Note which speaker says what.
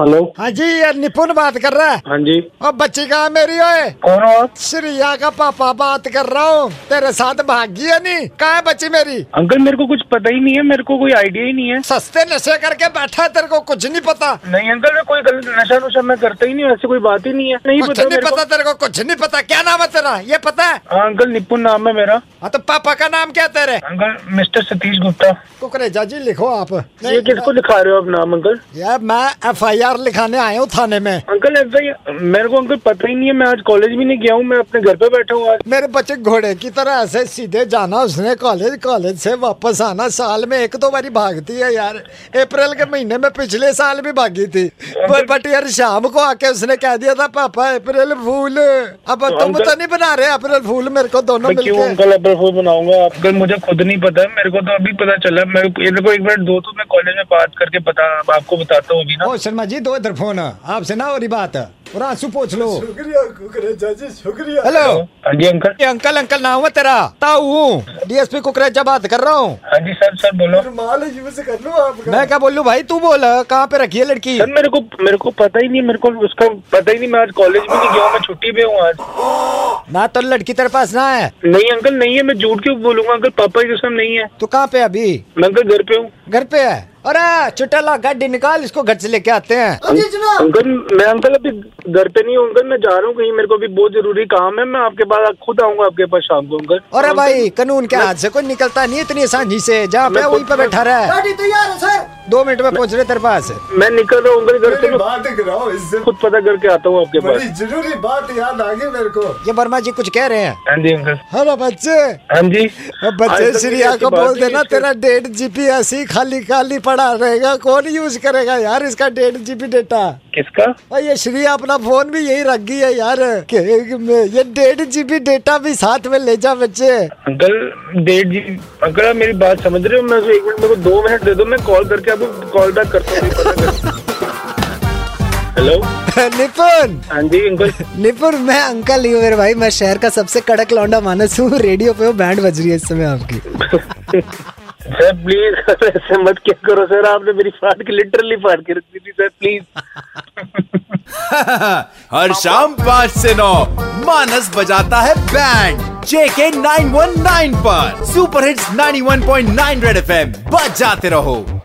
Speaker 1: hello
Speaker 2: हाँ जी ये निपुण बात कर रहा है
Speaker 1: हाँ जी
Speaker 2: और बच्ची कहा है मेरी ओए
Speaker 1: कौन हो आप
Speaker 2: श्रिया का पापा बात कर रहा हूँ तेरे साथ भागी है नहीं कहा है बच्ची मेरी
Speaker 1: अंकल मेरे को कुछ पता ही नहीं है मेरे को कोई आइडिया ही नहीं है
Speaker 2: सस्ते नशे करके बैठा है तेरे को कुछ नहीं पता
Speaker 1: नहीं अंकल मैं कोई गलत नशा नुशा मैं करता ही नहीं हूँ, ऐसी कोई बात ही नहीं है नहीं
Speaker 2: कुछ
Speaker 1: पता
Speaker 2: नहीं
Speaker 1: मेरे को
Speaker 2: पता तेरे को कुछ नहीं पता क्या नाम है तेरा ये पता है
Speaker 1: हाँ, अंकल निपुण नाम है मेरा
Speaker 2: हाँ तो पापा का नाम क्या है तेरे
Speaker 1: अंकल मिस्टर सतीश गुप्ता
Speaker 2: कुकरेजा जी लिखो आप
Speaker 1: ये किसको लिखा रहे हो आप नाम अंकल
Speaker 2: यार मैं एफ आई आर लिखाने आया हूँ थाने में
Speaker 1: अंकल ऐसा मेरे को अंकल पता ही नहीं है मैं आज कॉलेज भी नहीं गया हूँ मैं अपने घर पे बैठा हूँ आज
Speaker 2: मेरे बच्चे घोड़े की तरह ऐसे सीधे जाना उसने कॉलेज कॉलेज से वापस आना साल में एक दो बारी भागती है यार अप्रैल के महीने में पिछले साल भी भागी थी पर बट यार शाम को आके उसने कह दिया था पापा अप्रैल फूल अब तुम
Speaker 1: अंकल-
Speaker 2: तो नहीं बना रहे अप्रैल फूल मेरे को दोनों
Speaker 1: मैं क्यों
Speaker 2: मिलके
Speaker 1: अंकल अपर फूल बनाऊंगा अंकल मुझे खुद नहीं पता है मेरे को तो अभी पता चला मेरे को मेरे को एक मिनट दो तो मैं कॉलेज में बात करके पता आपको बताता हूँ अभी ना
Speaker 2: ओ शर्मा जी दो इधर फोन आपसे ना हो रही बात और आंसू पूछ लो
Speaker 3: शुक्रिया कुकरेजा जी शुक्रिया
Speaker 2: हेलो
Speaker 1: हाँ जी अंकल
Speaker 2: ये अंकल अंकल नाम है तेरा ताऊ हूँ डीएसपी कुकरेजा बात कर रहा हूँ
Speaker 1: हाँ जी सर सर बोलो
Speaker 3: रुमाल यूज कर लो आपका
Speaker 2: मैं क्या बोलूं भाई तू बोल कहाँ पे रखी है लड़की
Speaker 1: सर मेरे को मेरे को पता ही नहीं मेरे को उसका पता ही नहीं मैं आज कॉलेज भी नहीं गया हूँ मैं छुट्टी पे हूँ आज
Speaker 2: ना तो लड़की तेरे पास ना है
Speaker 1: नहीं अंकल नहीं है मैं झूठ क्यों बोलूंगा अंकल पापा की कसम नहीं है
Speaker 2: तू कहाँ पे है अभी
Speaker 1: मैं अंकल घर पे हूँ
Speaker 2: घर पे है अरे चुटला गाड़ी निकाल इसको घर से लेके आते हैं
Speaker 3: अजी जनाब
Speaker 1: अंकल मैं अंकल अभी घर पे नहीं हूँ अंकल मैं जा रहा हूँ कहीं मेरे को अभी बहुत जरूरी काम है मैं आपके पास खुद आऊंगा आपके पास शाम को अंकल
Speaker 2: अरे भाई कानून के हाथ से कोई निकलता नहीं इतनी आसानी से जहाँ पे है, वहीं पे बैठा रहा है
Speaker 3: गाड़ी तैयार है सर
Speaker 2: दो मिनट में पहुंच रहे तेरे पास
Speaker 1: मैं निकल रहा हूँ अंकल घर से मैं
Speaker 3: मेरी बात कराओ इससे
Speaker 1: खुद पता करके आता हूँ आपके पास
Speaker 3: बड़ी जरूरी बात याद आ गई मेरे को
Speaker 2: ये वर्मा जी कुछ कह रहे हैं
Speaker 1: हाँ जी अंकल
Speaker 2: हेलो बच्चे
Speaker 1: हाँ जी
Speaker 2: अब बच्चे
Speaker 1: आज तक
Speaker 2: श्रिया
Speaker 1: ऐसी
Speaker 2: को
Speaker 1: बात
Speaker 2: बोल
Speaker 1: नहीं
Speaker 2: देना
Speaker 1: इसके-
Speaker 2: तेरा डेढ़ जीबी ऐसे ही खाली खाली पड़ा रहेगा कौन यूज करेगा यार इसका डेढ़ जीबी डेटा
Speaker 1: किसका
Speaker 2: और ये श्रिया अपना फोन भी यही रख गई है यार के- में ये डेढ़ जीबी डेटा भी साथ में ले जा बच्चे
Speaker 1: अंकल डेढ़ जी अंकल आप मेरी बात समझ रहे हो मैं तो एक मिनट मेरे को दो मिनट दे दो मैं कॉल करके आपको कॉल बैक करता हूँ पता कर- हेलो
Speaker 2: निपुण
Speaker 1: हाँ जी अंकल
Speaker 2: निपुण मैं अंकल ही हूँ मेरे भाई मैं शहर का सबसे कड़क लौंडा मानस हूँ रेडियो पे वो बैंड बज रही है इस समय आपकी
Speaker 1: सर प्लीज ऐसे मत क्या करो सर आपने मेरी फाड़ के लिटरली फाड़ के रख दी थी सर प्लीज
Speaker 4: हर शाम पाँच से नौ मानस बजाता है बैंड जेके 919 पर सुपर हिट्स 91.9 रेड एफएम बजाते रहो